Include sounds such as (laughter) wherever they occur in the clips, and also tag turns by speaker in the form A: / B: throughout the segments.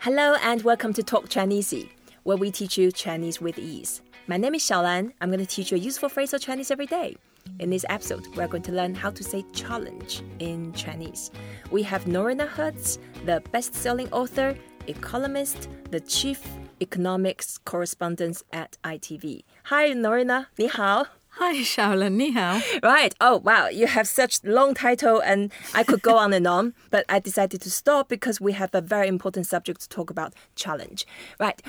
A: Hello and welcome to Talk Chinesey, where we teach you Chinese with ease. My name is Xiaolan. I'm going to teach you a useful phrase of Chinese every day. In this episode, we're going to learn how to say challenge in Chinese. We have Norina Hertz, the best-selling author, economist, the chief economics correspondent at ITV. Hi Norina, 你好.
B: Hi, Shaolin, ni hao.
A: Right. Oh, wow. You have such long title and I could go on and on, (laughs) but I decided to stop because we have a very important subject to talk about, challenge. Right.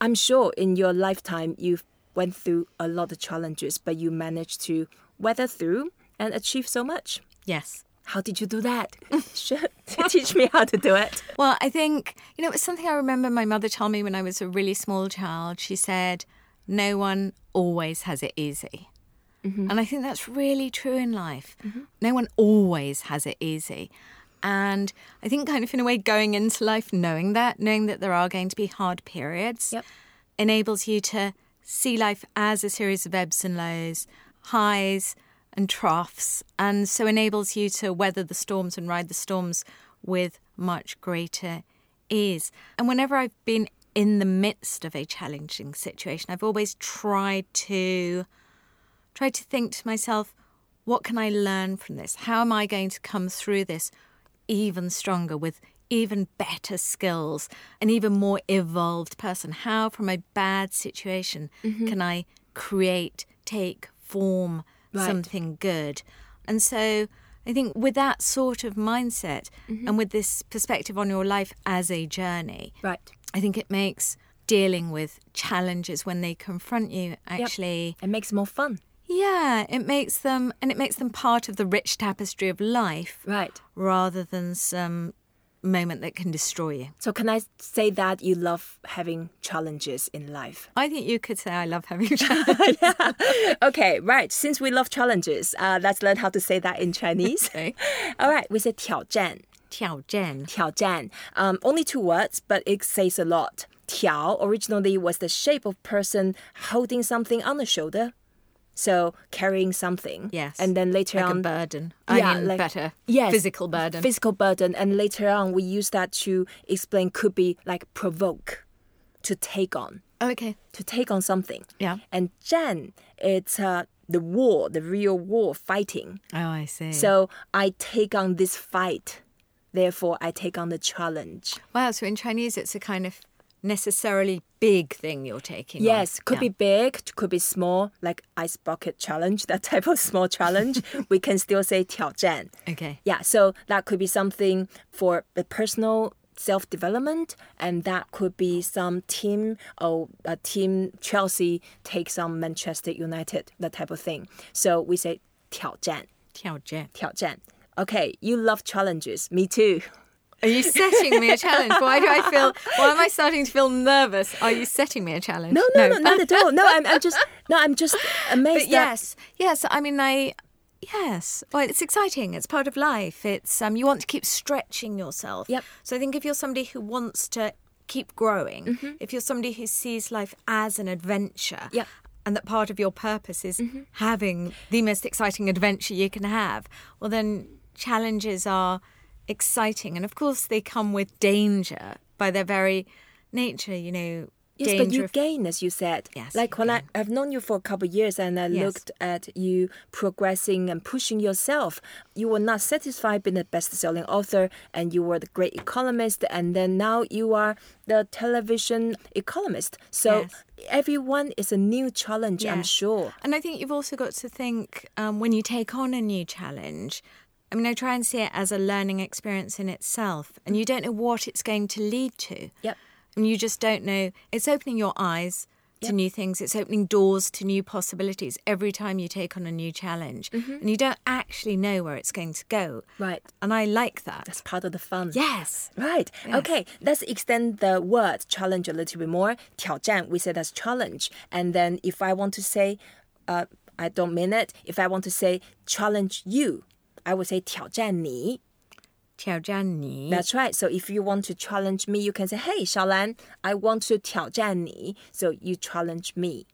A: I'm sure in your lifetime you've went through a lot of challenges, but you managed to weather through and achieve so much.
B: Yes.
A: How did you do that? Sure. (laughs) Teach me how to do it.
B: Well, I think, you know, it's something I remember my mother told me when I was a really small child. She said, No one always has it easy. And I think that's really true in life. No one always has it easy. And I think, kind of in a way, going into life knowing that, knowing that there are going to be hard periods,
A: Yep.
B: enables you to see life as a series of ebbs and lows, highs and troughs, and so enables you to weather the storms and ride the storms with much greater ease. And whenever I've been in the midst of a challenging situation, I've always tried to try to think to myself, what can I learn from this? How am I going to come through this even stronger with even better skills, an even more evolved person? How, from a bad situation, can I create, take form
A: Right.
B: something good? And so I think with that sort of mindset and with this perspective on your life as a journey,
A: Right.
B: I think it makes dealing with challenges when they confront you actually
A: It makes more fun.
B: yeah, it makes them and it makes them part of the rich tapestry of life
A: Right.
B: rather than some moment that can destroy you.
A: So can I say that you love having challenges in life?
B: I think you could say I love having (laughs) challenges.
A: (laughs) okay, right. Since we love challenges, uh, let's learn how to say that in Chinese. (laughs)
B: (laughs) Okay.
A: All right, we say 挑战,
B: 挑战.
A: 挑战. Um, only two words, but it says a lot. 挑 originally was the shape of person holding something on the shoulder, so carrying something.
B: Yes.
A: And then later
B: Like a
A: on,
B: burden. I
A: yeah,
B: mean
A: like-
B: better.
A: Yes.
B: Physical burden.
A: physical burden. And later on, we use that to explain could be like provoke, to take on,
B: oh, okay.
A: to take on something.
B: Yeah.
A: And 战, it's uh, the war, the real war, fighting.
B: Oh, I see.
A: So
B: So
A: I take on this fight. Therefore, I take on the challenge.
B: wow, so in Chinese it's a kind of necessarily big thing you're taking. on.
A: Yes, could
B: Yeah.
A: be big, could be small, like ice bucket challenge, (laughs) that type of small challenge. we can still say 挑战.
B: Okay.
A: Yeah, so that could be something for the personal self development, and that could be some team or a team Chelsea takes on Manchester United, that type of thing. So we say 挑战,
B: 挑战.
A: 挑战. Okay, you love challenges. Me too.
B: Are you setting me a challenge? Why do I feel why am I starting to feel nervous? Are you setting me a challenge?
A: (laughs) No, no, no, not at all. No, I'm, I'm just, no, I'm (laughs) just amazed.
B: But yes, yes. I mean, I yes. Well, it's exciting. It's part of life. It's um, you want to keep stretching yourself.
A: Yep.
B: So I think if you're somebody who wants to keep growing, if you're somebody who sees life as an adventure,
A: Mm-hmm. Yep. Mm-hmm.
B: and that part of your purpose is having the most exciting adventure you can have, well, then challenges are exciting, and of course they come with danger by their very nature. You know.
A: That, yes,
B: danger
A: but you
B: of
A: gain, as you said.
B: Yes,
A: Like
B: you
A: when I, I've known you for a couple of years and I
B: Yes.
A: looked at you progressing and pushing yourself, you were not satisfied being a best selling author and you were the great economist, and then now you are the television economist. So
B: Yes.
A: everyone is a new challenge, I'm
B: Yes.
A: sure.
B: And I think you've also got to think um, when you take on a new challenge. I mean, I try and see it as a learning experience in itself, and you don't know what it's going to lead to.
A: Yep.
B: And you just don't know. It's opening your eyes to
A: Yep.
B: new things, it's opening doors to new possibilities every time you take on a new challenge.
A: Mm-hmm.
B: And you don't actually know where it's going to go.
A: Right.
B: And I like
A: (laughs)
B: that.
A: That's part of the fun.
B: Yes.
A: Right. Okay. Let's extend the word challenge a little bit more. 挑战 we said as challenge, and then if I want to say, uh, I don't mean it. If I want to say challenge you, I would say 挑战你.
B: That's
A: That's right. So if you want to challenge me, you can say, Hey, Xiaolan, I want to 挑战你. So you challenge me,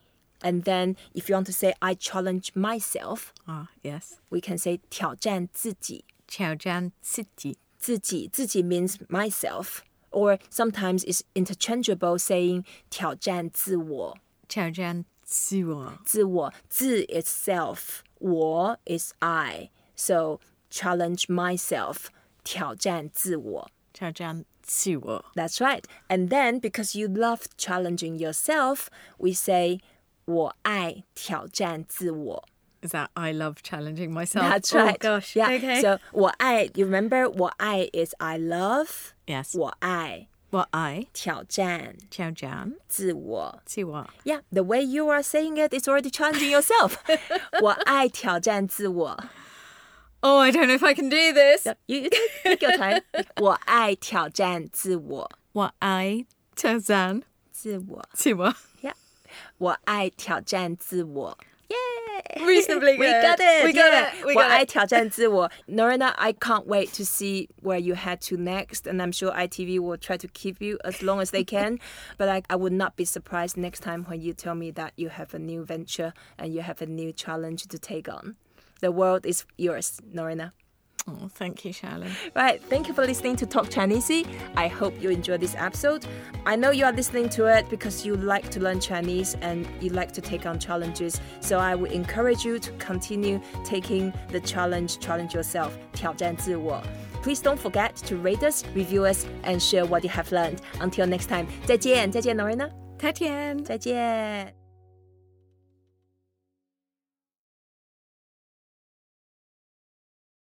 A: and then if you want to say I challenge myself,
B: Ah, yes.
A: we can say 挑战自己.
B: 挑战自己.
A: 自己自己 means myself or sometimes it's interchangeable saying 挑战自我,
B: 挑战自我.
A: 自我,自 is self, 我 is I. So challenge myself, 挑战自我.
B: 挑战自我.
A: That's right. And then because you love challenging yourself, we say 我爱挑战自我.
B: Is that I love challenging myself?
A: That's right.
B: Oh gosh.
A: Yeah.
B: Okay.
A: So 我爱, you remember 我爱 is I love.
B: yes. What?
A: 我爱
B: I
A: 挑战自我.
B: Jian. See what?
A: Yeah, the way you are saying it is already challenging yourself. (laughs) 我爱挑战自我.
B: Oh, I don't know if I can do this.
A: You, you take, take your time. (laughs) 我爱挑战自我.
B: What I Jian.
A: 自我.
B: See (laughs) what?
A: Yeah. 我爱挑战自我.
B: Reasonably
A: We
B: good.
A: got it.
B: We got
A: yeah.
B: it. We got it.
A: 我爱挑战自我. Norena, I can't wait to see where you head to next, and I'm sure ITV will try to keep you as long
B: (laughs)
A: as they can. but I, I would not be surprised next time when you tell me that you have a new venture and you have a new challenge to take on. The world is yours, Norena.
B: Oh, thank you, Sharon.
A: Right, thank you for listening to Talk Chinese. I hope you enjoyed this episode. I know you are listening to it because you like to learn Chinese and you like to take on challenges. So I would encourage you to continue taking the challenge, challenge yourself, 挑战自我. Please don't forget to rate us, review us, and share what you have learned. Until next time, 再见,再见 Norena,
B: Tatian.
A: 再见.